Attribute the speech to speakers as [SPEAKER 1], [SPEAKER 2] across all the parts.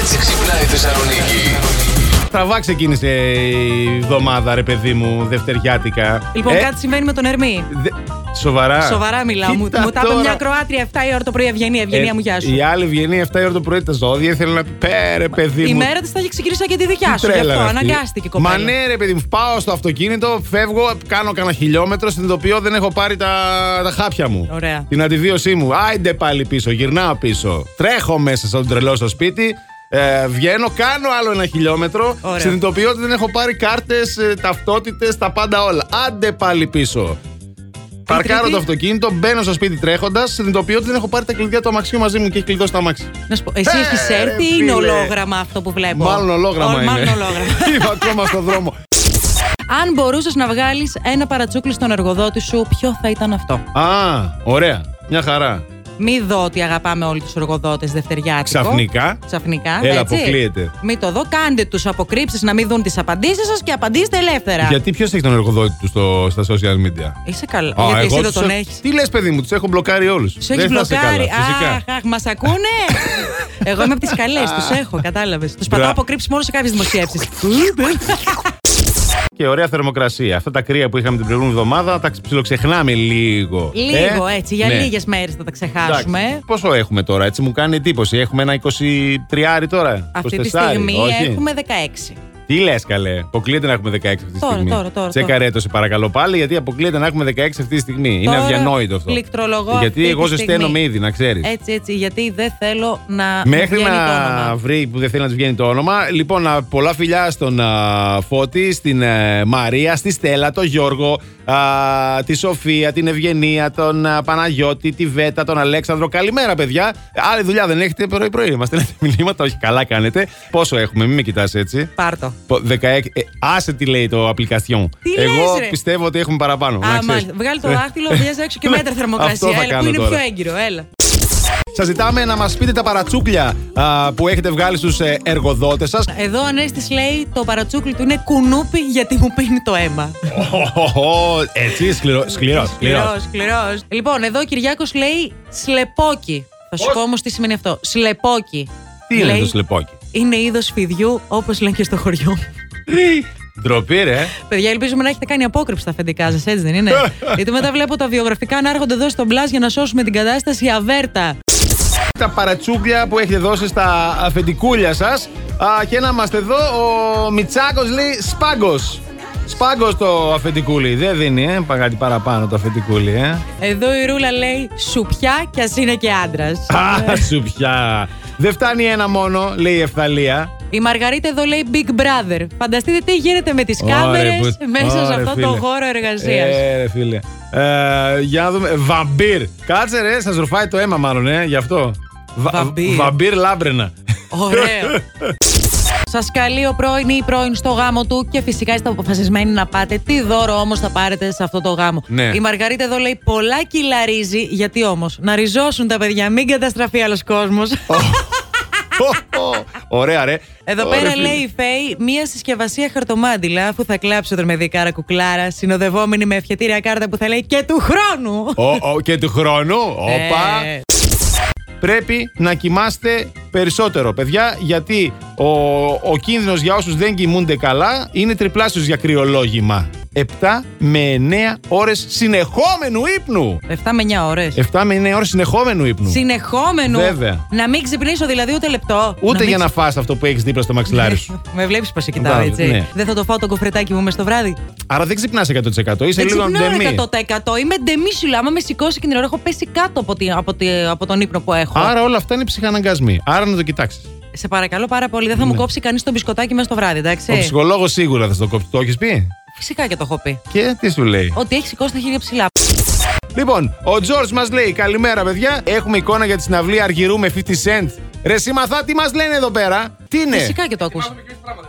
[SPEAKER 1] έτσι ξυπνάει η Θεσσαλονίκη.
[SPEAKER 2] Στραβά ξεκίνησε η εβδομάδα, ρε παιδί μου, Δευτεριάτικα.
[SPEAKER 3] Λοιπόν,
[SPEAKER 2] Ε,
[SPEAKER 3] κάτι σημαίνει με τον Ερμή.
[SPEAKER 2] δε- Σοβαρά.
[SPEAKER 3] Σοβαρά μιλάω. Μου,
[SPEAKER 2] Κοίτα
[SPEAKER 3] μου τα είπε
[SPEAKER 2] τώρα.
[SPEAKER 3] μια Κροάτρια 7 η ώρα το πρωί. Ευγενή, ευγενία
[SPEAKER 2] Ε,
[SPEAKER 3] μου, γεια σου.
[SPEAKER 2] Η άλλη βγαίνει 7 η ώρα το πρωί τα ζώδια. Ήθελε να πει πέρε, παιδί
[SPEAKER 3] Η
[SPEAKER 2] μου.
[SPEAKER 3] μέρα της θα έχει ξεκινήσει και τη δικιά
[SPEAKER 2] τι
[SPEAKER 3] σου. Γι'
[SPEAKER 2] τρέλα
[SPEAKER 3] αυτό
[SPEAKER 2] είναι αυτή.
[SPEAKER 3] αναγκάστηκε η κοπέλα.
[SPEAKER 2] Μα ναι, ρε παιδί μου, πάω στο αυτοκίνητο, φεύγω, κάνω κανένα χιλιόμετρο, συνειδητοποιώ δεν έχω πάρει τα, τα χάπια μου.
[SPEAKER 3] Ωραία.
[SPEAKER 2] Την αντιβίωσή μου. Άιντε πάλι πίσω, γυρνάω πίσω. Τρέχω μέσα στον τρελό στο σπίτι. Ε, βγαίνω, κάνω άλλο ένα χιλιόμετρο.
[SPEAKER 3] Ωραία.
[SPEAKER 2] Συνειδητοποιώ ότι δεν έχω πάρει κάρτες, ταυτότητες, τα πάντα όλα. Άντε πάλι πίσω. Παρκάρω
[SPEAKER 3] τρίτη-
[SPEAKER 2] το αυτοκίνητο, μπαίνω στο σπίτι τρέχοντας. Συνειδητοποιώ ότι δεν έχω πάρει τα κλειδιά του αμαξιού μαζί μου και έχει κλειδώσει το αμάξι.
[SPEAKER 3] Να σου πω, εσύ
[SPEAKER 2] Ε,
[SPEAKER 3] έχεις
[SPEAKER 2] ρε,
[SPEAKER 3] έρθει ή είναι
[SPEAKER 2] φίλε.
[SPEAKER 3] ολόγραμμα αυτό που βλέπω.
[SPEAKER 2] Μάλλον ολόγραμμα
[SPEAKER 3] Ω,
[SPEAKER 2] είναι.
[SPEAKER 3] Μάλλον ολόγραμμα.
[SPEAKER 2] Είμαι ακόμα στον δρόμο.
[SPEAKER 3] Αν μπορούσες να βγάλεις ένα παρατσούκλι στον εργοδότη σου, ποιο θα ήταν αυτό.
[SPEAKER 2] Α, ωραία. Μια χαρά.
[SPEAKER 3] Μη δω ότι αγαπάμε όλοι τους εργοδότες δευτεριάτικο.
[SPEAKER 2] Ξαφνικά.
[SPEAKER 3] Λοιπόν, Ξαφνικά.
[SPEAKER 2] Έλα,
[SPEAKER 3] έτσι.
[SPEAKER 2] αποκλείεται.
[SPEAKER 3] Μην το δω, κάντε τους αποκρύψεις να μην δουν τις απαντήσεις σας και απαντήστε ελεύθερα.
[SPEAKER 2] Γιατί ποιος έχει τον εργοδότη του στο, στα social media.
[SPEAKER 3] Είσαι καλά. Γιατί εσύ δεν
[SPEAKER 2] τους
[SPEAKER 3] τον
[SPEAKER 2] έχ-
[SPEAKER 3] έχεις.
[SPEAKER 2] Τι λες, παιδί μου, τους έχω μπλοκάρει όλους.
[SPEAKER 3] Τους έχεις μπλοκάρει. Αχ, αχ, μας ακούνε. Εγώ είμαι από τις καλές, τους έχω, κατάλαβες. Τους πατάω
[SPEAKER 2] Μπρα-
[SPEAKER 3] αποκρύψεις μόνο σε κάποιες δημοσιεύσεις.
[SPEAKER 2] Και ωραία θερμοκρασία. Αυτά τα κρύα που είχαμε την προηγούμενη εβδομάδα τα ψιλοξεχνάμε λίγο.
[SPEAKER 3] Λίγο
[SPEAKER 2] ε.
[SPEAKER 3] έτσι, για
[SPEAKER 2] Ναι.
[SPEAKER 3] λίγες μέρες θα τα
[SPEAKER 2] Εντάξει.
[SPEAKER 3] ξεχάσουμε.
[SPEAKER 2] Πόσο έχουμε τώρα, έτσι μου κάνει εντύπωση. Έχουμε ένα 23 τώρα.
[SPEAKER 3] Αυτή τη
[SPEAKER 2] 24,
[SPEAKER 3] στιγμή
[SPEAKER 2] όχι.
[SPEAKER 3] έχουμε 16.
[SPEAKER 2] Τι λες, καλέ. Αποκλείεται να έχουμε 16 αυτή τη
[SPEAKER 3] Τώρα,
[SPEAKER 2] στιγμή.
[SPEAKER 3] τώρα, τώρα,
[SPEAKER 2] Τσέκαρε το σε παρακαλώ πάλι, γιατί αποκλείεται να έχουμε 16 αυτή τη στιγμή. Είναι
[SPEAKER 3] Τώρα
[SPEAKER 2] αδιανόητο αυτό.
[SPEAKER 3] πληκτρολογώ αυτή
[SPEAKER 2] Γιατί
[SPEAKER 3] τη
[SPEAKER 2] εγώ ζεσταίνομαι
[SPEAKER 3] στιγμή.
[SPEAKER 2] ήδη, να ξέρεις.
[SPEAKER 3] Έτσι, έτσι, γιατί δεν θέλω να.
[SPEAKER 2] Μέχρι
[SPEAKER 3] βγαίνει
[SPEAKER 2] να
[SPEAKER 3] το όνομα.
[SPEAKER 2] βρει που δεν θέλει να της βγαίνει το όνομα. Λοιπόν, α, πολλά φιλιά στον α, Φώτη, στην ε, Μαρία, στη Στέλλα, τον Γιώργο, α, τη Σοφία, την Ευγενία, τον α, Παναγιώτη, τη Βέτα, τον Αλέξανδρο. Καλημέρα, παιδιά. Άλλη δουλειά δεν έχετε πρωί-πρωί. Μας στέλνετε μηνύματα, όχι καλά κάνετε. Πόσο έχουμε, μην με κοιτάς έτσι.
[SPEAKER 3] Πάρτο.
[SPEAKER 2] Πο- 16, ε, άσε τι λέει το application.
[SPEAKER 3] Τι λες,
[SPEAKER 2] Εγώ
[SPEAKER 3] ρε.
[SPEAKER 2] πιστεύω ότι έχουμε παραπάνω. να
[SPEAKER 3] Α,
[SPEAKER 2] ξέρεις. Ε, Ναι.
[SPEAKER 3] μάλιστα. Βγάλει το δάχτυλο, βγαίνει έξω και μέτρα
[SPEAKER 2] Αυτό θα
[SPEAKER 3] θερμοκρασία. Έλα, που
[SPEAKER 2] κάνω
[SPEAKER 3] είναι πιο
[SPEAKER 2] τώρα.
[SPEAKER 3] έγκυρο, έλα.
[SPEAKER 2] Σας ζητάμε να μας πείτε τα παρατσούκλια α, που έχετε βγάλει ε, στου εργοδότες σας.
[SPEAKER 3] Εδώ ο Ανέστης λέει το παρατσούκλι του είναι κουνούπι γιατί μου πίνει το αίμα.
[SPEAKER 2] Ω, Έτσι, σκληρό. Σκληρό. σκληρό.
[SPEAKER 3] σκληρός. Λοιπόν, εδώ ο Κυριάκος λέει σλεπόκι. Θα σου
[SPEAKER 2] Πώς?
[SPEAKER 3] πω όμως τι σημαίνει αυτό. Σλεπόκι.
[SPEAKER 2] Τι είναι
[SPEAKER 3] Λέει,
[SPEAKER 2] το σλεπόκι.
[SPEAKER 3] Είναι είδος φιδιού όπως λένε και στο χωριό.
[SPEAKER 2] Ντροπή, ρε.
[SPEAKER 3] Παιδιά, ελπίζουμε να έχετε κάνει απόκρυψη στα αφεντικά σας, έτσι δεν είναι. Γιατί μετά βλέπω τα βιογραφικά να έρχονται εδώ στον μπλάζ για να σώσουμε την κατάσταση αβέρτα.
[SPEAKER 2] Τα παρατσούκλια που έχετε δώσει στα αφεντικούλια σας. Και να είμαστε εδώ, ο Μιτσάκος λέει σπάγκος. Σπάγκος το αφεντικούλι. Δεν δίνει, ε. πα- Κάτι παραπάνω το αφεντικούλι, ε.
[SPEAKER 3] Εδώ η Ρούλα λέει σουπιά κι ας είναι και άντρας.
[SPEAKER 2] Α, σου πια. Δεν φτάνει ένα μόνο, λέει η Εφθαλία.
[SPEAKER 3] Η Μαργαρίτα εδώ λέει Big Brother. Φανταστείτε τι γίνεται με τις
[SPEAKER 2] Ωραία,
[SPEAKER 3] κάμερες
[SPEAKER 2] που-
[SPEAKER 3] μέσα σε
[SPEAKER 2] Ωραία,
[SPEAKER 3] αυτό
[SPEAKER 2] φίλε.
[SPEAKER 3] το χώρο εργασίας.
[SPEAKER 2] Ε, ρε, φίλε. Ε, για να δούμε. Βαμπύρ. Κάτσε, ρε, σας ρουφάει το αίμα, μάλλον, ε, γι' αυτό. Βα-
[SPEAKER 3] Βαμπύρ.
[SPEAKER 2] Βαμπύρ λάμπρενα.
[SPEAKER 3] Ωραίο. Σας καλεί ο πρώην ή η πρώην στο γάμο του και φυσικά είστε αποφασισμένοι να πάτε. Τι δώρο όμως θα πάρετε σε αυτό το γάμο.
[SPEAKER 2] Ναι.
[SPEAKER 3] Η Μαργαρίτα εδώ λέει πολλά κιλά ρύζι. Γιατί όμως, να ριζώσουν τα παιδιά, μην καταστραφεί άλλος κόσμος.
[SPEAKER 2] Ωραία, ρε.
[SPEAKER 3] Εδώ
[SPEAKER 2] Ωραία,
[SPEAKER 3] πέρα
[SPEAKER 2] φίλε.
[SPEAKER 3] λέει η Φέη μία συσκευασία χαρτομάντιλα αφού θα κλάψω τον με δικάρα κουκλάρα συνοδευόμενη με ευχετήρια κάρτα που θα λέει και του χρόνου.
[SPEAKER 2] Ο, ο, και του χρόνου, όπα.
[SPEAKER 3] Ε,
[SPEAKER 2] Πρέπει να κοιμάστε περισσότερο, παιδιά, γιατί ο, ο κίνδυνος για όσους δεν κοιμούνται καλά είναι τριπλάσιος για κρυολόγημα. 7 με 9 ώρες συνεχόμενου ύπνου.
[SPEAKER 3] 7 με 9 ώρε.
[SPEAKER 2] 7 με 9 ώρες συνεχόμενου ύπνου.
[SPEAKER 3] Συνεχόμενου.
[SPEAKER 2] Ε, Βέβαια.
[SPEAKER 3] Να μην ξυπνήσω δηλαδή ούτε λεπτό.
[SPEAKER 2] Ούτε
[SPEAKER 3] Να μην Ναι.
[SPEAKER 2] για να φας αυτό που έχεις δίπλα στο μαξιλάρι σου.
[SPEAKER 3] Με βλέπεις πώ σε κοιτάω,
[SPEAKER 2] Μπράβο,
[SPEAKER 3] έτσι.
[SPEAKER 2] ναι.
[SPEAKER 3] Δεν θα το φάω το κοφρετάκι μου μες στο βράδυ.
[SPEAKER 2] Άρα δεν ξυπνάς 100%. Είσαι
[SPEAKER 3] Δεν
[SPEAKER 2] λίγο
[SPEAKER 3] ξυπνάω
[SPEAKER 2] ντεμή.
[SPEAKER 3] 100%. Είμαι ντεμίσουλα. Άμα με σηκώσει εκείνη την ώρα, έχω πέσει κάτω από, τη- από, τη- από τον ύπνο που έχω.
[SPEAKER 2] Άρα όλα αυτά είναι ψυχαναγκασμοί. Άρα να το κοιτάξεις.
[SPEAKER 3] Σε παρακαλώ πάρα πολύ, δεν θα
[SPEAKER 2] Ναι.
[SPEAKER 3] μου κόψει κανείς το μπισκοτάκι μέσα στο βράδυ,
[SPEAKER 2] Ο
[SPEAKER 3] εντάξει.
[SPEAKER 2] ψυχολόγος σίγουρα θα στο κόψει. Το έχεις πει.
[SPEAKER 3] Φυσικά και το έχω πει.
[SPEAKER 2] Και τι σου λέει.
[SPEAKER 3] Ότι έχει σηκώσει τα χέρια ψηλά.
[SPEAKER 2] Λοιπόν, ο Τζορτ μας λέει: Καλημέρα, παιδιά. Έχουμε εικόνα για τη συναυλία Αργυρού με 50 cent. Ρε Σιμαθά, τι μας λένε εδώ πέρα. Τι είναι.
[SPEAKER 3] Φυσικά και το ακούσα.
[SPEAKER 2] Ναι.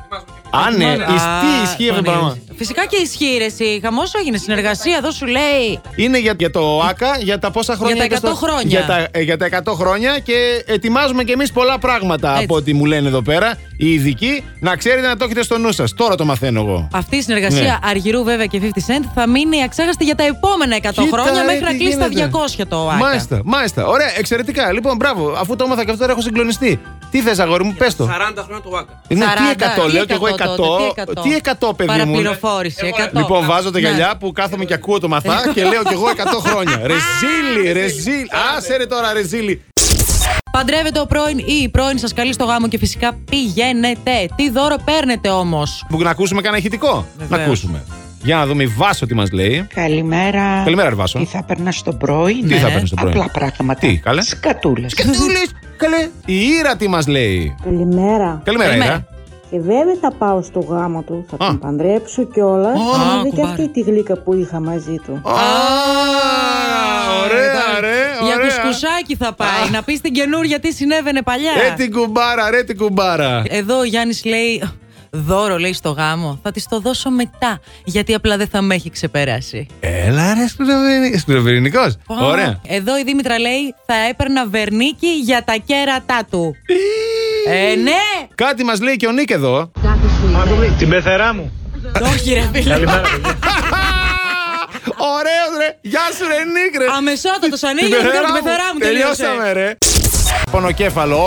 [SPEAKER 2] Α, ναι,
[SPEAKER 3] Α,
[SPEAKER 2] Ισ- τι ισχύει αυτό το
[SPEAKER 3] τον
[SPEAKER 2] πράγμα.
[SPEAKER 3] είδες. Φυσικά και ισχύρε η χαμός έγινε συνεργασία, εδώ σου λέει.
[SPEAKER 2] Είναι για, για το ΑΚΑ, για τα πόσα χρόνια.
[SPEAKER 3] τα
[SPEAKER 2] και
[SPEAKER 3] 100 χρόνια.
[SPEAKER 2] Για τα, ε, για τα 100 χρόνια και ετοιμάζουμε κι εμείς πολλά πράγματα
[SPEAKER 3] Έτσι.
[SPEAKER 2] από ό,τι μου λένε εδώ πέρα οι ειδικοί. Να ξέρετε να το έχετε στο νου σας. Τώρα το μαθαίνω εγώ.
[SPEAKER 3] Αυτή η συνεργασία
[SPEAKER 2] Ναι.
[SPEAKER 3] Αργυρού βέβαια και 50 Cent θα μείνει αξέχαστη για τα επόμενα 100
[SPEAKER 2] Κοίτα,
[SPEAKER 3] χρόνια
[SPEAKER 2] ρε,
[SPEAKER 3] μέχρι να
[SPEAKER 2] τι
[SPEAKER 3] κλείσει τα
[SPEAKER 2] γίνεται.
[SPEAKER 3] 200 το ΆΚΑ.
[SPEAKER 2] Μάλιστα, μάλιστα. Ωραία, εξαιρετικά. Λοιπόν, μπράβο, αφού το έμαθα και αυτό τώρα έχω συγκλονιστεί. Τι θες, αγόρι μου, πες το.
[SPEAKER 4] 40 χρόνια του Άκα.
[SPEAKER 2] Είναι
[SPEAKER 3] 40,
[SPEAKER 2] Ε, ναι, τι 100, λέω κι εγώ 100.
[SPEAKER 3] τότε,
[SPEAKER 2] Τι 100, παιδί μου. ε,
[SPEAKER 3] Παραπληροφόρηση, 100.
[SPEAKER 2] Λοιπόν, βάζω τα
[SPEAKER 3] Ναι.
[SPEAKER 2] γυαλιά που κάθομαι και ακούω το μαθά και λέω κι εγώ 100 χρόνια. Ρεζίλι, ρεζίλι. Άσε ρε τώρα, ρεζίλι.
[SPEAKER 3] Παντρεύετε ο πρώην ή η πρώην σας καλεί στο γάμο και φυσικά πηγαίνετε. Τι δώρο παίρνετε όμως.
[SPEAKER 2] Που να ακούσουμε κανένα ηχητικό. Να
[SPEAKER 3] Βεβαίως.
[SPEAKER 2] ακούσουμε. Για να δούμε η Βάσο τι μας λέει.
[SPEAKER 5] Καλημέρα.
[SPEAKER 2] Καλημέρα, ρε Βάσο.
[SPEAKER 5] Τι θα παίρνα στον πρώην. ε?
[SPEAKER 2] Τι θα παίρνει το πρωί.
[SPEAKER 5] Απλά πράγματα.
[SPEAKER 2] Τι, καλέ?
[SPEAKER 5] Σκατούλες.
[SPEAKER 2] Κατούλες, καλέ. Η Ήρα τι μας λέει.
[SPEAKER 6] Καλημέρα.
[SPEAKER 2] Καλημέρα,
[SPEAKER 3] Καλημέρα.
[SPEAKER 2] Ήρα.
[SPEAKER 6] Και βέβαια θα πάω στο γάμο του. Θα
[SPEAKER 2] Α.
[SPEAKER 6] τον παντρέψω κιόλας.
[SPEAKER 3] Α,
[SPEAKER 6] Να δει και
[SPEAKER 3] κουμπάρε.
[SPEAKER 6] αυτή τη γλύκα που είχα μαζί του.
[SPEAKER 2] Α, Ωραία, ρε.
[SPEAKER 3] Για
[SPEAKER 2] ωραία.
[SPEAKER 3] κουσκουσάκι θα πάει. Να πεις την καινούργια τι συνέβαινε παλιά.
[SPEAKER 2] Ρε Ε, την κουμπάρα, ρε την κουμπάρα.
[SPEAKER 3] Εδώ ο Γιάννης λέει. Δώρο λέει στο γάμο. Θα της το δώσω μετά. Γιατί απλά δεν θα με έχει ξεπεράσει.
[SPEAKER 2] Έλα ρε σκληροβυρινικό.
[SPEAKER 3] Πω.
[SPEAKER 2] Ωραία.
[SPEAKER 3] Εδώ η Δήμητρα λέει θα έπαιρνα βερνίκι για τα κέρατά του. ε, ναι!
[SPEAKER 2] Κάτι μας λέει και ο Νίκ εδώ.
[SPEAKER 7] Την πεθερά μου.
[SPEAKER 3] Το Όχι, ρε φίλε.
[SPEAKER 2] Ωραίος ρε. Γεια σου ρε Νίκ ρε.
[SPEAKER 3] Αμεσότατος ανοίγει
[SPEAKER 2] Την
[SPEAKER 3] και
[SPEAKER 2] πεθερά
[SPEAKER 3] την ναι, πεθερά μου. τελείωσε.
[SPEAKER 2] Τελειώσαμε ρε. Πονοκέφαλο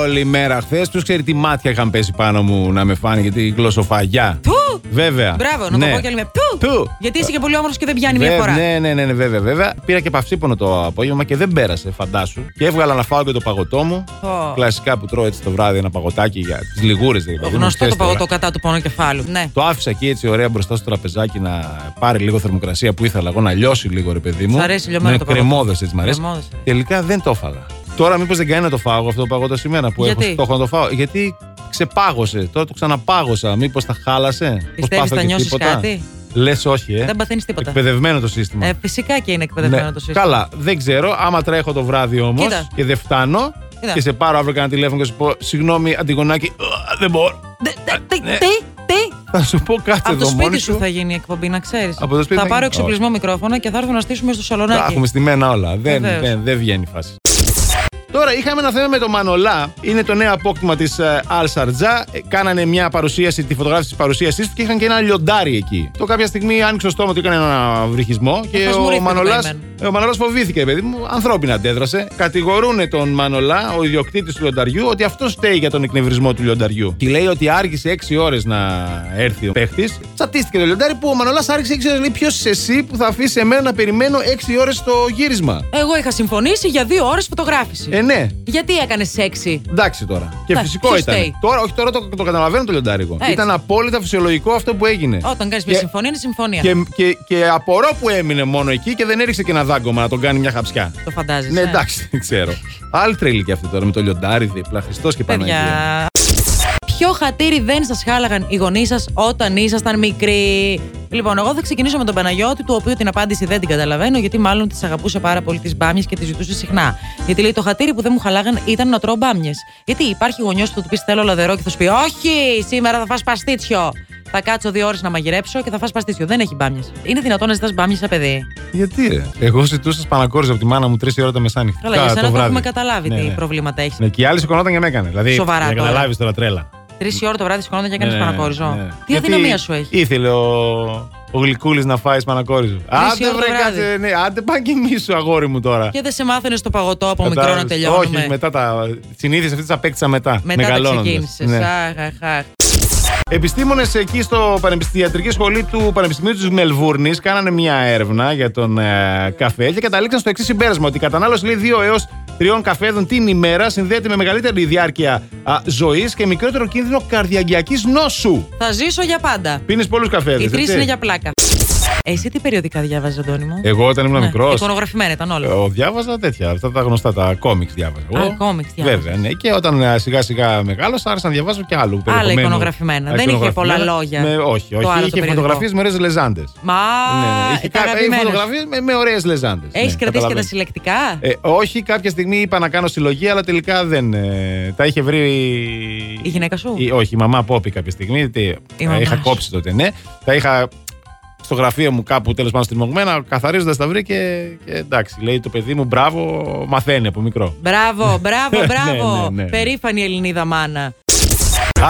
[SPEAKER 2] όλη μέρα χθες. Ποιος ξέρει τι μάτια είχαν πέσει πάνω μου να με φάνηκε τη γλωσσοφαγιά.
[SPEAKER 3] Πού!
[SPEAKER 2] Βέβαια. Ναι.
[SPEAKER 3] Μπράβο, να το πω και άλλη μια. Πού!
[SPEAKER 2] Πού!
[SPEAKER 3] Γιατί είσαι και πολύ όμορφος και δεν πιάνει
[SPEAKER 2] Βέ-
[SPEAKER 3] μια φορά.
[SPEAKER 2] Ναι, ναι, ναι, ναι, βέβαια, βέβαια. Πήρα και παυσίπονο το απόγευμα και δεν πέρασε, φαντάσου. Και έβγαλα να φάω και το παγωτό μου.
[SPEAKER 3] Ω.
[SPEAKER 2] Κλασικά που τρώω έτσι το βράδυ ένα παγωτάκι για δηλαδή, τις λιγούρες.
[SPEAKER 3] Το γνωστό το παγωτό κατά του πόνο κεφάλου. Ναι.
[SPEAKER 2] Το άφησα εκεί έτσι ωραία μπροστά στο τραπεζάκι να πάρει λίγο θερμοκρασία που ήθελα εγώ να λιώσει λίγο ρε παιδί μου.
[SPEAKER 3] Σ' αρέσει λιωμένο
[SPEAKER 2] Ναι,
[SPEAKER 3] το παγωτό.
[SPEAKER 2] κρεμόδες έτσι μ' αρέσει.
[SPEAKER 3] Κρεμόδες, ε.
[SPEAKER 2] Τελικά δεν το έφαγα. Τώρα μήπως δεν κάνει να το φάω εγώ αυτό το παγωτό σήμερα που
[SPEAKER 3] Γιατί?
[SPEAKER 2] έχω στόχο να το φάω. Γιατί ξεπάγωσε. Τώρα το ξαναπάγωσα. Μήπως τα χάλασε.
[SPEAKER 3] Πιστεύεις
[SPEAKER 2] πάθω
[SPEAKER 3] θα
[SPEAKER 2] και
[SPEAKER 3] νιώσεις
[SPEAKER 2] τίποτα.
[SPEAKER 3] κάτι?
[SPEAKER 2] Λες όχι, ε.
[SPEAKER 3] Δεν παθαίνεις τίποτα.
[SPEAKER 2] Εκπαιδευμένο το σύστημα.
[SPEAKER 3] Ε, φυσικά και είναι εκπαιδευμένο
[SPEAKER 2] Ναι.
[SPEAKER 3] το σύστημα.
[SPEAKER 2] Καλά, δεν ξέρω. Άμα τρέχω το βράδυ όμως
[SPEAKER 3] Κοίτα.
[SPEAKER 2] και δεν φτάνω
[SPEAKER 3] Κοίτα.
[SPEAKER 2] και σε πάρω αύριο κανένα τηλέφωνο και σου πω Συγγνώμη, Αντιγονάκη, α, δεν μπορώ.
[SPEAKER 3] Δε- δε- Τι,
[SPEAKER 2] Ναι.
[SPEAKER 3] τι, τι.
[SPEAKER 2] Θα σου πω κάτσε
[SPEAKER 3] Από το
[SPEAKER 2] εδώ μόνη
[SPEAKER 3] σπίτι
[SPEAKER 2] σου.
[SPEAKER 3] σου θα γίνει η εκπομπή, να ξέρεις.
[SPEAKER 2] Από το σπίτι
[SPEAKER 3] Θα
[SPEAKER 2] θα
[SPEAKER 3] πάρω
[SPEAKER 2] γίνει.
[SPEAKER 3] εξοπλισμό μικρόφωνα και θα έρθω να στήσουμε στο
[SPEAKER 2] Τα
[SPEAKER 3] σαλονάκι.
[SPEAKER 2] έχουμε στη μένα όλα. Δεν,
[SPEAKER 3] Βεβαίως.
[SPEAKER 2] δεν, δεν βγαίνει η φάση. Τώρα είχαμε ένα θέμα με το Μανολά. Είναι το νέο απόκτημα της Αλ Σαρτζά. Ε, Κάνανε μια παρουσίαση, τη φωτογράφηση της παρουσίασής του και είχαν και ένα λιοντάρι εκεί. Το κάποια στιγμή άνοιξε το στόμα του, έκανε ένα βρυχισμό και
[SPEAKER 3] Αυτός μου
[SPEAKER 2] ο
[SPEAKER 3] ρίχνει το
[SPEAKER 2] Μανολάς
[SPEAKER 3] καημένο.
[SPEAKER 2] ο Μανολάς φοβήθηκε, παιδί μου. Ανθρώπινα αντέδρασε. Κατηγορούν τον Μανολά, ο ιδιοκτήτης του λιονταριού, ότι αυτό φταίει για τον εκνευρισμό του λιονταριού. Και λέει ότι άργησε 6 ώρες να έρθει ο παίχτης. Τσατίστηκε το λιοντάρι που ο Μανολάς άργησε 6 ώρες. Λέει: Ποιος εσύ που θα αφήσει εμένα να περιμένω 6 ώρες στο γύρισμα.
[SPEAKER 3] Εγώ είχα συμφωνήσει για δύο ώρες φωτογράφηση.
[SPEAKER 2] Ε, ναι.
[SPEAKER 3] Γιατί έκανες σεξι.
[SPEAKER 2] Εντάξει τώρα. Και
[SPEAKER 3] Εντάξει,
[SPEAKER 2] φυσικό
[SPEAKER 3] ποιος
[SPEAKER 2] ήταν.
[SPEAKER 3] φταίει?
[SPEAKER 2] Τώρα, όχι τώρα το, το καταλαβαίνω το λιοντάρι εγώ.
[SPEAKER 3] Έτσι.
[SPEAKER 2] Ήταν απόλυτα φυσιολογικό αυτό που έγινε.
[SPEAKER 3] Όταν κάνεις μια
[SPEAKER 2] Ε. Και-
[SPEAKER 3] συμφωνία, είναι συμφωνία.
[SPEAKER 2] Και, και, και απορώ που έμεινε μόνο εκεί και δεν έριξε και ένα δάγκωμα να τον κάνει μια χαψιά.
[SPEAKER 3] Το φαντάζεσαι.
[SPEAKER 2] Ναι, εντάξει, δεν ξέρω. Άλλη τρέλη και αυτή τώρα με το λιοντάρι δίπλα. Χριστός και Παναγία.
[SPEAKER 3] Παιδιά. Ποιο χατήρι δεν σας χάλαγαν οι γονείς σας όταν ήσασταν μικροί. Λοιπόν, εγώ θα ξεκινήσω με τον Παναγιώτη, του οποίου την απάντηση δεν την καταλαβαίνω, γιατί μάλλον τι αγαπούσε πάρα πολύ τις μπάμιες και τι ζητούσε συχνά. Γιατί λέει: Το χατήρι που δεν μου χαλάγαν ήταν να τρώω μπάμιες. Γιατί υπάρχει γονιός που θα του πει: Θέλω λαδερό και θα σου πει: Όχι, σήμερα θα φας παστίτσιο. Θα κάτσω δύο ώρες να μαγειρέψω και θα φας παστίτσιο. Δεν έχει μπάμιες. Είναι δυνατόν να ζητάς μπάμιες σε παιδί.
[SPEAKER 2] Γιατί ρε. Εγώ ζητούσα σπανακόριζα από τη μάνα μου 3 ώρα τα μεσάνυχτα.
[SPEAKER 3] Καλά,
[SPEAKER 2] Κα-
[SPEAKER 3] για σένα το,
[SPEAKER 2] βράδυ.
[SPEAKER 3] έχουμε καταλάβει
[SPEAKER 2] Ναι,
[SPEAKER 3] τι
[SPEAKER 2] ναι.
[SPEAKER 3] προβλήματα έχεις.
[SPEAKER 2] Ναι, και οι άλλοι σηκωνόταν και με έκανε. Δηλαδή,
[SPEAKER 3] Σοβαρά
[SPEAKER 2] για να
[SPEAKER 3] τώρα.
[SPEAKER 2] καταλάβεις τώρα τρέλα.
[SPEAKER 3] Τρεις ώρα το βράδυ σκόνονται και έκανες
[SPEAKER 2] Ναι, ναι,
[SPEAKER 3] Ε, πανακόριζο.
[SPEAKER 2] ναι.
[SPEAKER 3] Τι
[SPEAKER 2] Γιατί
[SPEAKER 3] αδυναμία σου έχει.
[SPEAKER 2] Ήθελε ο, ο Γλυκούλης να φάει σπανακόριζο. Άντε
[SPEAKER 3] ώρα το
[SPEAKER 2] βρε,
[SPEAKER 3] βράδυ.
[SPEAKER 2] κάτσε. Ναι, άντε πάνε και εμεί, αγόρι μου τώρα.
[SPEAKER 3] Και δεν σε μάθαινες στο παγωτό από μικρό να
[SPEAKER 2] Κατάλαβες.
[SPEAKER 3] τελειώνουμε.
[SPEAKER 2] Όχι, μετά τα. Συνήθειε αυτέ τι απέκτησα μετά.
[SPEAKER 3] Μετά τα
[SPEAKER 2] μεγαλώνοντας.
[SPEAKER 3] ξεκίνησες.
[SPEAKER 2] Ναι. Επιστήμονες εκεί στο Πανεπιστημιακή Σχολή του Πανεπιστημίου της Μελβούρνης κάνανε μια έρευνα για τον ε, καφέ και καταλήξαν στο εξής συμπέρασμα: Ότι η κατανάλωση λέει 2 έω 3 καφέδων την ημέρα συνδέεται με μεγαλύτερη διάρκεια ζωής και μικρότερο κίνδυνο καρδιαγκιακή νόσου.
[SPEAKER 3] Θα ζήσω για πάντα.
[SPEAKER 2] Πίνεις πολλούς καφέδες.
[SPEAKER 3] Οι τρει είναι για πλάκα. Ε, Εσύ τι περιοδικά διάβαζες, Αντώνη μου.
[SPEAKER 2] Εγώ όταν Ε, ήμουν Ε,
[SPEAKER 3] Ναι,
[SPEAKER 2] μικρός.
[SPEAKER 3] εικονογραφημένα ήταν όλα.
[SPEAKER 2] Διάβαζα τέτοια, αυτά τα γνωστά, τα κόμιξ διάβαζα.
[SPEAKER 3] Α,
[SPEAKER 2] εγώ.
[SPEAKER 3] κόμιξ διάβαζα.
[SPEAKER 2] Βέβαια, ναι. Και όταν σιγά σιγά μεγάλωσα, άρχισα να διαβάζω και άλλο. περιεχομένου.
[SPEAKER 3] εικονογραφημένα. Δεν είχε
[SPEAKER 2] εικονογραφημένα.
[SPEAKER 3] πολλά λόγια.
[SPEAKER 2] Με, όχι,
[SPEAKER 3] Το
[SPEAKER 2] όχι.
[SPEAKER 3] άλλο το
[SPEAKER 2] είχε
[SPEAKER 3] περιοδικό.
[SPEAKER 2] φωτογραφίες με ωραίες λεζάντες.
[SPEAKER 3] Μα.
[SPEAKER 2] Ναι, είχε
[SPEAKER 3] τα
[SPEAKER 2] κά- είχε
[SPEAKER 3] αγαπημένα.
[SPEAKER 2] φωτογραφίες με, με ωραίες λεζάντες.
[SPEAKER 3] Έχεις κρατήσει και τα συλλεκτικά.
[SPEAKER 2] Ναι, ε, όχι, κάποια στιγμή είπα να κάνω συλλογή, αλλά τελικά δεν. ε, τα είχε βρει.
[SPEAKER 3] Η γυναίκα σου?
[SPEAKER 2] Η- όχι, η μαμά Πόπη κάποια στιγμή. Τι, τα
[SPEAKER 3] μαμά
[SPEAKER 2] είχα
[SPEAKER 3] σου.
[SPEAKER 2] κόψει τότε, ναι. Τα είχα στο γραφείο μου κάπου τέλος πάντων στριμωγμένα, καθαρίζοντας τα βρήκε. Και εντάξει, λέει το παιδί μου, μπράβο, μαθαίνει από μικρό.
[SPEAKER 3] Μπράβο, μπράβο, μπράβο.
[SPEAKER 2] ναι, ναι.
[SPEAKER 3] Περήφανη Ελληνίδα μάνα.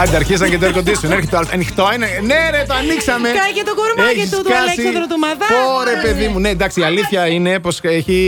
[SPEAKER 2] Άντε, αρχίσαν και το air condition. Έρχεται το άλλο. Ανοιχτό είναι. Ναι, ρε, το ανοίξαμε.
[SPEAKER 3] Κάει και το κορμάκι
[SPEAKER 2] Έχεις
[SPEAKER 3] του, του
[SPEAKER 2] σκάσει.
[SPEAKER 3] Αλέξανδρου του Μαδά.
[SPEAKER 2] Ωρε, παιδί μου. Ναι, εντάξει, η αλήθεια είναι πως έχει,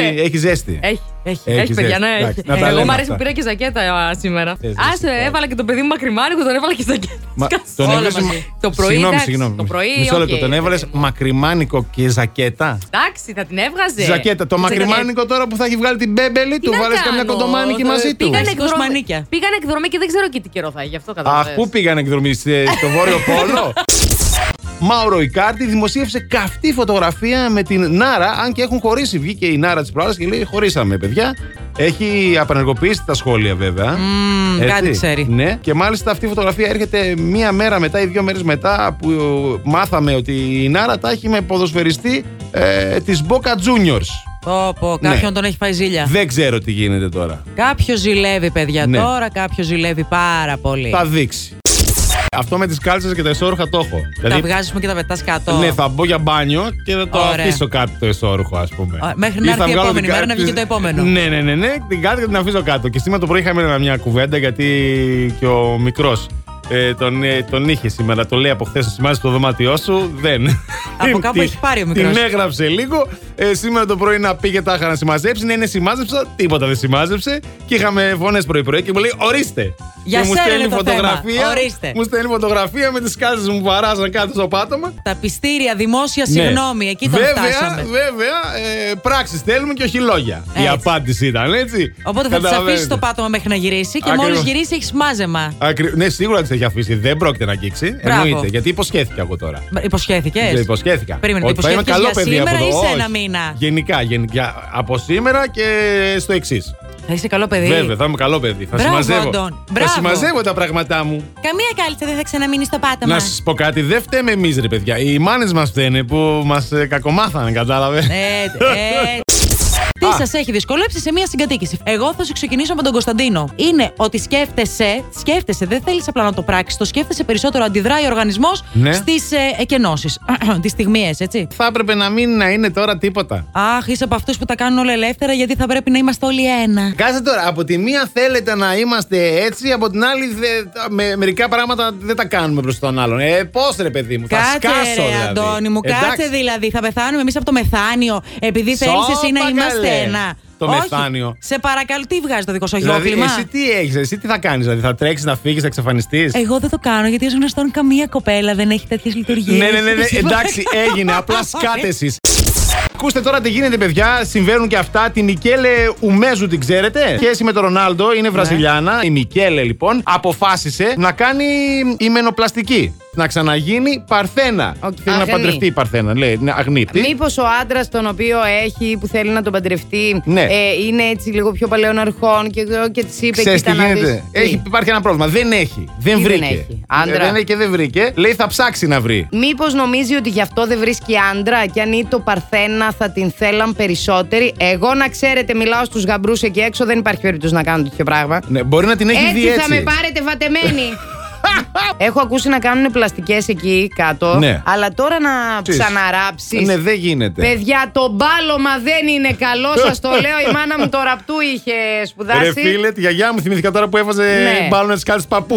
[SPEAKER 4] Άναψε.
[SPEAKER 2] έχει ζέστη.
[SPEAKER 4] Έχει. Έχει,
[SPEAKER 2] Έχεις,
[SPEAKER 4] έχει παιδιά,
[SPEAKER 2] ζέστη.
[SPEAKER 4] ναι,
[SPEAKER 2] Εντάξει,
[SPEAKER 4] έχει.
[SPEAKER 2] να τα
[SPEAKER 4] Εγώ
[SPEAKER 2] λέμε
[SPEAKER 4] μου αρέσει
[SPEAKER 2] αυτά.
[SPEAKER 4] που πήρα και ζακέτα α, σήμερα.
[SPEAKER 2] Ε, ζέστη,
[SPEAKER 4] Άσε,
[SPEAKER 2] εντάξει.
[SPEAKER 4] έβαλα και το παιδί μου μακριμάρικο, τον έβαλα και ζακέτα.
[SPEAKER 2] Μα,
[SPEAKER 4] Σκάσε.
[SPEAKER 2] τον
[SPEAKER 4] Όλα
[SPEAKER 2] έβαλες
[SPEAKER 4] μαζί.
[SPEAKER 2] μα-
[SPEAKER 4] Το πρωί,
[SPEAKER 2] Συγγνώμη,
[SPEAKER 4] εντάξει,
[SPEAKER 2] συγγνώμη.
[SPEAKER 4] Το πρωί,
[SPEAKER 2] Μισό λεπτό.
[SPEAKER 4] οκ.
[SPEAKER 2] Τον έβαλε μακριμάνικο και ζακέτα.
[SPEAKER 4] Εντάξει, θα την έβγαζε.
[SPEAKER 2] Ζακέτα. Το
[SPEAKER 4] Ζακέτα.
[SPEAKER 2] μακριμάνικο τώρα που θα έχει βγάλει την μπέμπελη
[SPEAKER 4] Τι
[SPEAKER 2] του,
[SPEAKER 4] να
[SPEAKER 2] βάλες
[SPEAKER 4] κάνω,
[SPEAKER 2] καμιά κοντομάνικη
[SPEAKER 4] το-
[SPEAKER 2] μαζί του.
[SPEAKER 4] πήγανε
[SPEAKER 3] Βασικός
[SPEAKER 4] εκδρομή-
[SPEAKER 3] μανίκια.
[SPEAKER 4] Πήγανε εκδρομή και δεν ξέρω και τι καιρό θα έχει, γι' αυτό
[SPEAKER 2] Αχ,
[SPEAKER 4] καταλαβαίνω.
[SPEAKER 2] πού πήγαν εκδρομή, σε- στο Βόρειο Πόλο. Μάουρο Ικάρτη δημοσίευσε καυτή φωτογραφία με την Νάρα, αν και έχουν χωρίσει. Βγήκε η Νάρα της προάλλη και λέει: Χωρίσαμε, παιδιά. Έχει απανεργοποιήσει τα σχόλια, βέβαια.
[SPEAKER 3] Μμμ,
[SPEAKER 2] Έτσι.
[SPEAKER 3] κάτι ξέρει.
[SPEAKER 2] Ναι. Και μάλιστα αυτή η φωτογραφία έρχεται μία μέρα μετά ή δύο μέρες μετά που μάθαμε ότι η Νάρα τα έχει με ποδοσφαιριστή ε, της Boca Juniors.
[SPEAKER 3] Πω, πω,
[SPEAKER 2] Ναι.
[SPEAKER 3] κάποιον τον έχει φάει ζήλια.
[SPEAKER 2] Δεν ξέρω τι γίνεται τώρα.
[SPEAKER 3] Κάποιο ζηλεύει, παιδιά,
[SPEAKER 2] Ναι.
[SPEAKER 3] τώρα. Κάποιο ζηλεύει πάρα πολύ.
[SPEAKER 2] Θα δείξει. Αυτό με τις κάλτσες και τα εσόρουχα το έχω. Δηλαδή,
[SPEAKER 3] Τα βγάζουμε και τα πετάς κάτω.
[SPEAKER 2] Ναι, θα μπω για μπάνιο και θα το
[SPEAKER 3] Ωραία.
[SPEAKER 2] αφήσω κάτι το εσόρουχο, ας πούμε.
[SPEAKER 3] Ω, μέχρι να
[SPEAKER 2] Ή θα
[SPEAKER 3] έρθει η
[SPEAKER 2] βγάλω την
[SPEAKER 3] επόμενη μέρα
[SPEAKER 2] κάρτα
[SPEAKER 3] να βγει
[SPEAKER 2] της-
[SPEAKER 3] και το επόμενο.
[SPEAKER 2] Ναι, ναι, ναι, ναι, την κάρτα την αφήσω κάτω. Και σήμερα το πρωί είχαμε μια κουβέντα γιατί και ο μικρός τον, ε, τον είχε σήμερα. Το λέει από χθες, σημάζει το δωμάτιό σου. Δεν.
[SPEAKER 3] Από κάπου
[SPEAKER 2] Την-
[SPEAKER 3] έχει πάρει ο
[SPEAKER 2] Την
[SPEAKER 3] μικρός.
[SPEAKER 2] έγραψε λίγο. Ε, σήμερα το πρωί να πήγε τάχα να σημαζέψει. Ναι, ναι, σημάζεψα. Τίποτα δεν σημάζεψε. Και είχαμε φωνές πρωί-πρωί και μου λέει Ορίστε.
[SPEAKER 3] Για
[SPEAKER 2] και μου
[SPEAKER 3] σένα
[SPEAKER 2] στέλνει
[SPEAKER 3] είναι το θέμα.
[SPEAKER 2] φωτογραφία.
[SPEAKER 3] Ορίστε.
[SPEAKER 2] Μου στέλνει φωτογραφία με τις κάλτσες μου που παράζαν κάτω στο πάτωμα.
[SPEAKER 3] Τα πιστήρια, δημόσια
[SPEAKER 2] Ναι.
[SPEAKER 3] συγγνώμη, εκεί τον
[SPEAKER 2] βέβαια,
[SPEAKER 3] φτάσαμε.
[SPEAKER 2] Βέβαια, ε, πράξεις θέλουμε και όχι λόγια. Η
[SPEAKER 3] Έτσι.
[SPEAKER 2] απάντηση ήταν έτσι.
[SPEAKER 3] Οπότε θα τις αφήσει
[SPEAKER 2] Καταλαβαίνετε.
[SPEAKER 3] το πάτωμα μέχρι να γυρίσει και
[SPEAKER 2] Ακριβώς.
[SPEAKER 3] μόλι γυρίσει έχεις μάζεμα.
[SPEAKER 2] Ακρι... Ναι, σίγουρα τις έχει αφήσει. Δεν πρόκειται να αγγίξει.
[SPEAKER 3] Μπράβο.
[SPEAKER 2] Εννοείται. Γιατί υποσχέθηκα εγώ τώρα.
[SPEAKER 3] Υποσχέθηκες.
[SPEAKER 2] Δεν υποσχέθηκα.
[SPEAKER 3] Περίμενε, το
[SPEAKER 2] Ότι θα είμαι
[SPEAKER 3] υποσχέθηκες
[SPEAKER 2] καλό
[SPEAKER 3] για
[SPEAKER 2] παιδί
[SPEAKER 3] σήμερα
[SPEAKER 2] από
[SPEAKER 3] ή
[SPEAKER 2] εδώ.
[SPEAKER 3] σε ένα
[SPEAKER 2] Όχι.
[SPEAKER 3] μήνα?
[SPEAKER 2] Γενικά, γενικά. Από σήμερα και στο εξής.
[SPEAKER 3] Θα είσαι καλό παιδί.
[SPEAKER 2] Βέβαια, θα είμαι καλό παιδί. Θα
[SPEAKER 3] Ε. Μπράβο,
[SPEAKER 2] συμμαζεύω.
[SPEAKER 3] Αντών.
[SPEAKER 2] Θα
[SPEAKER 3] Μπράβο.
[SPEAKER 2] συμμαζεύω τα πράγματά μου.
[SPEAKER 3] Καμία κάλυψη δεν θα ξαναμείνει στο πάτωμα.
[SPEAKER 2] Να σας πω κάτι, δεν φταίμε εμείς, ρε παιδιά. Οι μάνες μας φταίνε που μας κακομάθανε, κατάλαβες.
[SPEAKER 3] Ε, ε, τι σας έχει δυσκολέψει σε μία συγκατοίκηση. Εγώ θα σου ξεκινήσω με τον Κωνσταντίνο. Είναι ότι σκέφτεσαι, σκέφτεσαι, δεν θέλεις απλά να το πράξεις, το σκέφτεσαι περισσότερο. Αντιδράει ο οργανισμός
[SPEAKER 2] Ναι.
[SPEAKER 3] στις ε, εκενώσεις, τις στιγμίες, έτσι.
[SPEAKER 2] Θα έπρεπε να μην να είναι τώρα τίποτα.
[SPEAKER 3] Αχ, είσαι από αυτούς που τα κάνουν όλα ελεύθερα, γιατί θα πρέπει να είμαστε όλοι ένα.
[SPEAKER 2] Κάτσε τώρα, από τη μία θέλετε να είμαστε έτσι, από την άλλη δε- τα- με, μερικά πράγματα δεν τα κάνουμε προς τον άλλον. Ε, πώς ρε παιδί μου, θα
[SPEAKER 3] Κάτσε,
[SPEAKER 2] σκάσω
[SPEAKER 3] ρε,
[SPEAKER 2] δηλαδή.
[SPEAKER 3] Αντώνη μου, κάτσε
[SPEAKER 2] Εντάξει.
[SPEAKER 3] δηλαδή. Θα πεθάνουμε εμείς από το μεθάνιο, επειδή θέλεις
[SPEAKER 2] Σώπα,
[SPEAKER 3] εσύ να
[SPEAKER 2] καλέ.
[SPEAKER 3] είμαστε ένα.
[SPEAKER 2] Το
[SPEAKER 3] Όχι.
[SPEAKER 2] μεθάνιο.
[SPEAKER 3] Σε παρακαλώ, τι βγάζει το δικό σου
[SPEAKER 2] Δηλαδή,
[SPEAKER 3] αγιόκλημα.
[SPEAKER 2] εσύ τι έχεις, εσύ τι θα κάνεις, δηλαδή θα τρέξεις, να φύγεις, θα εξαφανιστείς.
[SPEAKER 3] Εγώ δεν το κάνω γιατί ως γνωστόν καμία κοπέλα δεν έχει τέτοιες λειτουργίες.
[SPEAKER 2] Ναι, ναι, ναι, ναι, εντάξει, έγινε. Απλά σκάτε εσεί. Ακούστε τώρα τι γίνεται, παιδιά. Συμβαίνουν και αυτά. Τη Μικέλε Ουμέζου την ξέρετε. Σχέση με τον Ρονάλντο,
[SPEAKER 4] Ναι.
[SPEAKER 2] είναι Βραζιλιάνα. Η Μικέλε, λοιπόν, αποφάσισε να κάνει ημενοπλαστική. Να ξαναγίνει παρθένα. Θέλει να
[SPEAKER 4] Αγνή.
[SPEAKER 2] παντρευτεί η παρθένα, λέει. Ναι, αγνήτη.
[SPEAKER 4] Μήπως ο άντρας τον οποίο έχει που θέλει να τον παντρευτεί
[SPEAKER 2] Ναι.
[SPEAKER 4] ε, είναι έτσι λίγο πιο παλαιών αρχών και, ε, και της είπε
[SPEAKER 2] Ξέρεις
[SPEAKER 4] και
[SPEAKER 2] τι γίνεται. Έχει,
[SPEAKER 4] Έχει...
[SPEAKER 2] υπάρχει ένα πρόβλημα. Δεν έχει. Δεν
[SPEAKER 4] Τι δεν
[SPEAKER 2] βρήκε. Ε,
[SPEAKER 4] έχει, άντρα?
[SPEAKER 2] Δεν έχει και δεν βρήκε. Λέει θα ψάξει να βρει.
[SPEAKER 4] Μήπως νομίζει ότι γι' αυτό δεν βρίσκει άντρα και αν ή το Παρθένα θα την θέλαν περισσότεροι. Εγώ να ξέρετε, μιλάω στους γαμπρούς εκεί έξω, δεν υπάρχει περίπτωση να κάνω τέτοιο πράγμα.
[SPEAKER 2] Ναι, μπορεί να την έχει
[SPEAKER 4] έτσι
[SPEAKER 2] δει έτσι.
[SPEAKER 4] θα με πάρετε βατεμένη. Έχω ακούσει να κάνουν πλαστικές εκεί κάτω.
[SPEAKER 2] Ναι.
[SPEAKER 4] Αλλά τώρα να
[SPEAKER 2] Τις.
[SPEAKER 4] ξαναράψει.
[SPEAKER 2] Ναι, δεν γίνεται.
[SPEAKER 4] Παιδιά, το μπάλωμα δεν είναι καλό. Σας το λέω. Η μάνα μου το ραπτού είχε
[SPEAKER 2] Ρε
[SPEAKER 4] σπουδάσει.
[SPEAKER 2] φίλε, τη γιαγιά μου θυμήθηκα τώρα που έβαζε
[SPEAKER 4] Ναι.
[SPEAKER 2] μπάλωνα τις κάλτες παππού.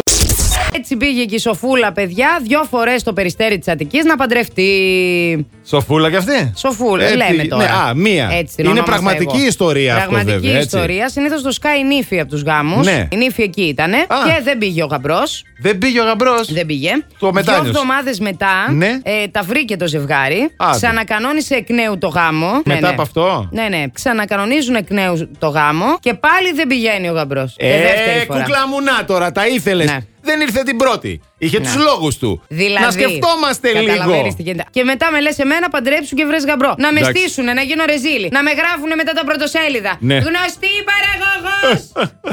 [SPEAKER 4] Έτσι πήγε και η Σοφούλα, παιδιά, δύο φορές στο περιστέρι της Αττικής να παντρευτεί.
[SPEAKER 2] Σοφούλα κι αυτή.
[SPEAKER 4] Σοφούλα,
[SPEAKER 2] Ε,
[SPEAKER 4] λέμε
[SPEAKER 2] τι-
[SPEAKER 4] τώρα.
[SPEAKER 2] ναι, α, μία.
[SPEAKER 4] Έτσι την
[SPEAKER 2] Είναι
[SPEAKER 4] ονόμασα
[SPEAKER 2] πραγματική
[SPEAKER 4] εγώ.
[SPEAKER 2] ιστορία αυτό,
[SPEAKER 4] πραγματική
[SPEAKER 2] βέβαια, έτσι.
[SPEAKER 4] ιστορία. Συνήθως το σκάει η νύφη από τους γάμους.
[SPEAKER 2] Ναι.
[SPEAKER 4] Η νύφη εκεί ήταν. Και δεν πήγε ο γαμπρός.
[SPEAKER 2] Δεν πήγε ο γαμπρός.
[SPEAKER 4] Δεν πήγε.
[SPEAKER 2] Το μετάνιος.
[SPEAKER 4] Δύο εβδομάδες μετά
[SPEAKER 2] Ναι.
[SPEAKER 4] ε, τα βρήκε το ζευγάρι.
[SPEAKER 2] Άντε.
[SPEAKER 4] Ξανακανόνισε εκ νέου το γάμο. Ναι,
[SPEAKER 2] Μετά
[SPEAKER 4] ναι.
[SPEAKER 2] από αυτό?
[SPEAKER 4] Ναι, ναι. Ξανακανονίζουν εκ νέου το γάμο και πάλι δεν πηγαίνει ο γαμπρός.
[SPEAKER 2] Ε,
[SPEAKER 4] δεύτερη φορά.
[SPEAKER 2] κουκλαμουνά τώρα, τα ήθελες.
[SPEAKER 4] Ναι.
[SPEAKER 2] δεν ήρθε την πρώτη. Είχε
[SPEAKER 4] Ναι.
[SPEAKER 2] τους του λόγους του.
[SPEAKER 4] Δηλαδή,
[SPEAKER 2] να σκεφτόμαστε λίγο.
[SPEAKER 4] καταλαβαίνεις τι γίνεται. Και μετά με λες εμένα παντρέψου και βρες γαμπρό. Να με
[SPEAKER 2] Εντάξει.
[SPEAKER 4] στήσουνε, να γίνω ρεζίλη. Να με γράφουνε μετά τα πρωτοσέλιδα.
[SPEAKER 2] Ναι.
[SPEAKER 4] Γνωστή παραγωγός!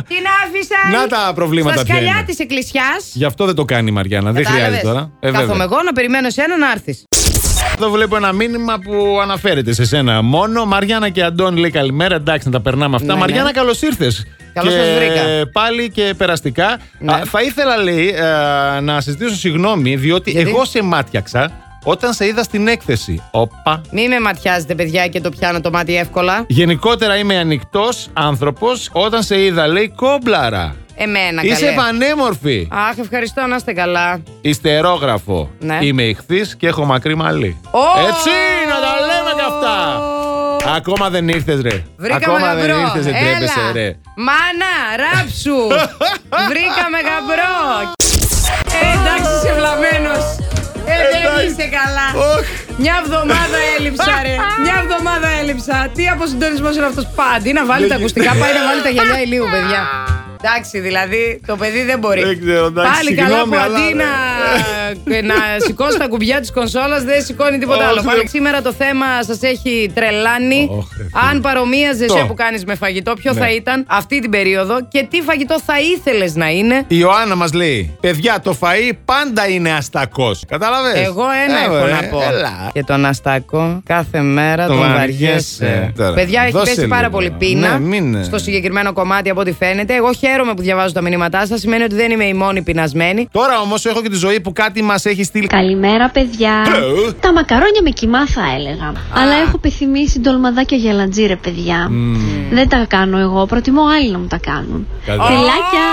[SPEAKER 4] την άφησαν!
[SPEAKER 2] Να τα προβλήματα
[SPEAKER 4] Στα
[SPEAKER 2] ποια
[SPEAKER 4] σκαλιά
[SPEAKER 2] είναι.
[SPEAKER 4] της εκκλησιάς.
[SPEAKER 2] Γι' αυτό δεν το κάνει η Μαριάννα. Δεν χρειάζεται τώρα. Ε, βέβαια.
[SPEAKER 4] Κάθομαι εγώ να περιμένω εσένα να έρθεις.
[SPEAKER 2] Εδώ βλέπω ένα μήνυμα που αναφέρεται σε σένα μόνο. Μαριάννα και Αντώνη λέει καλημέρα. Εντάξει, να τα περνάμε αυτά.
[SPEAKER 4] Ναι, ναι.
[SPEAKER 2] Μαριάννα, καλώς ήρθες.
[SPEAKER 4] Καλώς σας βρήκα.
[SPEAKER 2] Πάλι και περαστικά.
[SPEAKER 4] Ναι.
[SPEAKER 2] Α, θα ήθελα, λέει, ε, να συζητήσω συγγνώμη, διότι
[SPEAKER 4] Γιατί?
[SPEAKER 2] εγώ σε μάτιαξα όταν σε είδα στην έκθεση. Όπα.
[SPEAKER 4] Μη με ματιάζετε, παιδιά, και το πιάνω το μάτι εύκολα.
[SPEAKER 2] Γενικότερα είμαι ανοιχτός άνθρωπος. Όταν σε είδα, λέει κόμπλαρα.
[SPEAKER 4] Εμένα,
[SPEAKER 2] Είσαι
[SPEAKER 4] καλέ.
[SPEAKER 2] πανέμορφη.
[SPEAKER 4] Αχ, ευχαριστώ, να είστε καλά.
[SPEAKER 2] Ιστερόγραφο.
[SPEAKER 4] Ναι.
[SPEAKER 2] Είμαι ηχθής και έχω μακρύ μαλλί.
[SPEAKER 4] Ω!
[SPEAKER 2] Έτσι, να τα λέμε και αυτά. Ακόμα δεν ήρθες, ρε.
[SPEAKER 4] Βρήκαμε
[SPEAKER 2] Ακόμα
[SPEAKER 4] γαμπρό.
[SPEAKER 2] δεν ήρθες, δεν τρέπεσαι,
[SPEAKER 4] Έλα.
[SPEAKER 2] ρε.
[SPEAKER 4] Μάνα, ράψου. Βρήκαμε γαμπρό. Ε, εντάξει, είσαι βλαμμένος. Ε, δεν
[SPEAKER 2] Εντάξει.
[SPEAKER 4] είσαι καλά.
[SPEAKER 2] Οχ.
[SPEAKER 4] Μια εβδομάδα έλειψα, ρε. Μια εβδομάδα έλειψα. Τι αποσυντονισμός είναι αυτός πάντα. Ή να βάλει τα ακουστικά, πάει να βάλει τα γυαλιά ηλίου, παιδιά. Εντάξει, δηλαδή το παιδί δεν μπορεί.
[SPEAKER 2] Δεν ξέρω, εντάξει,
[SPEAKER 4] Πάλι καλά
[SPEAKER 2] συγγνώμη,
[SPEAKER 4] που
[SPEAKER 2] αλλά, ναι.
[SPEAKER 4] αντί
[SPEAKER 2] ρε.
[SPEAKER 4] να, να σηκώσει τα κουμπιά της κονσόλας δεν σηκώνει τίποτα
[SPEAKER 2] Όχι,
[SPEAKER 4] άλλο. Πάλι
[SPEAKER 2] δεν-
[SPEAKER 4] σήμερα το θέμα σας έχει τρελάνει.
[SPEAKER 2] Ωχ, ρε,
[SPEAKER 4] Αν παρομοίαζες
[SPEAKER 2] Το.
[SPEAKER 4] που κάνεις με φαγητό, ποιο
[SPEAKER 2] Ναι.
[SPEAKER 4] θα ήταν αυτή την περίοδο και τι φαγητό θα ήθελες να είναι.
[SPEAKER 2] Η Ιωάννα μας λέει: Παιδιά, το φαΐ πάντα είναι αστακός. Κατάλαβε.
[SPEAKER 4] Εγώ ένα έχω να πω.
[SPEAKER 2] Ε, Έλα.
[SPEAKER 4] Και τον Αστάκο κάθε μέρα
[SPEAKER 2] Το
[SPEAKER 4] τον
[SPEAKER 2] βαριέσαι.
[SPEAKER 4] βαριέσαι.
[SPEAKER 2] Τώρα,
[SPEAKER 4] Παιδιά, έχει
[SPEAKER 2] δώσε
[SPEAKER 4] πέσει πάρα
[SPEAKER 2] λίγο.
[SPEAKER 4] πολύ πείνα
[SPEAKER 2] Ναι, μην-
[SPEAKER 4] στο συγκεκριμένο κομμάτι από ό,τι φαίνεται. Εγώ χαίρομαι που διαβάζω τα μηνύματά σας. Σημαίνει ότι δεν είμαι η μόνη πεινασμένη.
[SPEAKER 2] Τώρα όμως έχω και τη ζωή που κάτι μας έχει στείλει.
[SPEAKER 8] Καλημέρα, παιδιά.
[SPEAKER 2] Ε.
[SPEAKER 8] Τα μακαρόνια με κοιμά θα έλεγα. Αλλά έχω επιθυμήσει ντολμαδάκια γελαντζή, ρε παιδιά. Δεν τα κάνω εγώ. Προτιμώ άλλοι να μου τα κάνουν.
[SPEAKER 2] Καλά.
[SPEAKER 8] Φιλάκια!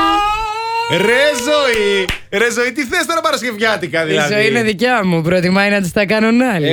[SPEAKER 2] Ρε ζωή! Ρε ζωή, τι θες τώρα Παρασκευιάτικα
[SPEAKER 4] Η
[SPEAKER 2] δηλαδή. Ε,
[SPEAKER 4] ζωή είναι δικιά μου. Προτιμάει να τη τα κάνουν άλλοι.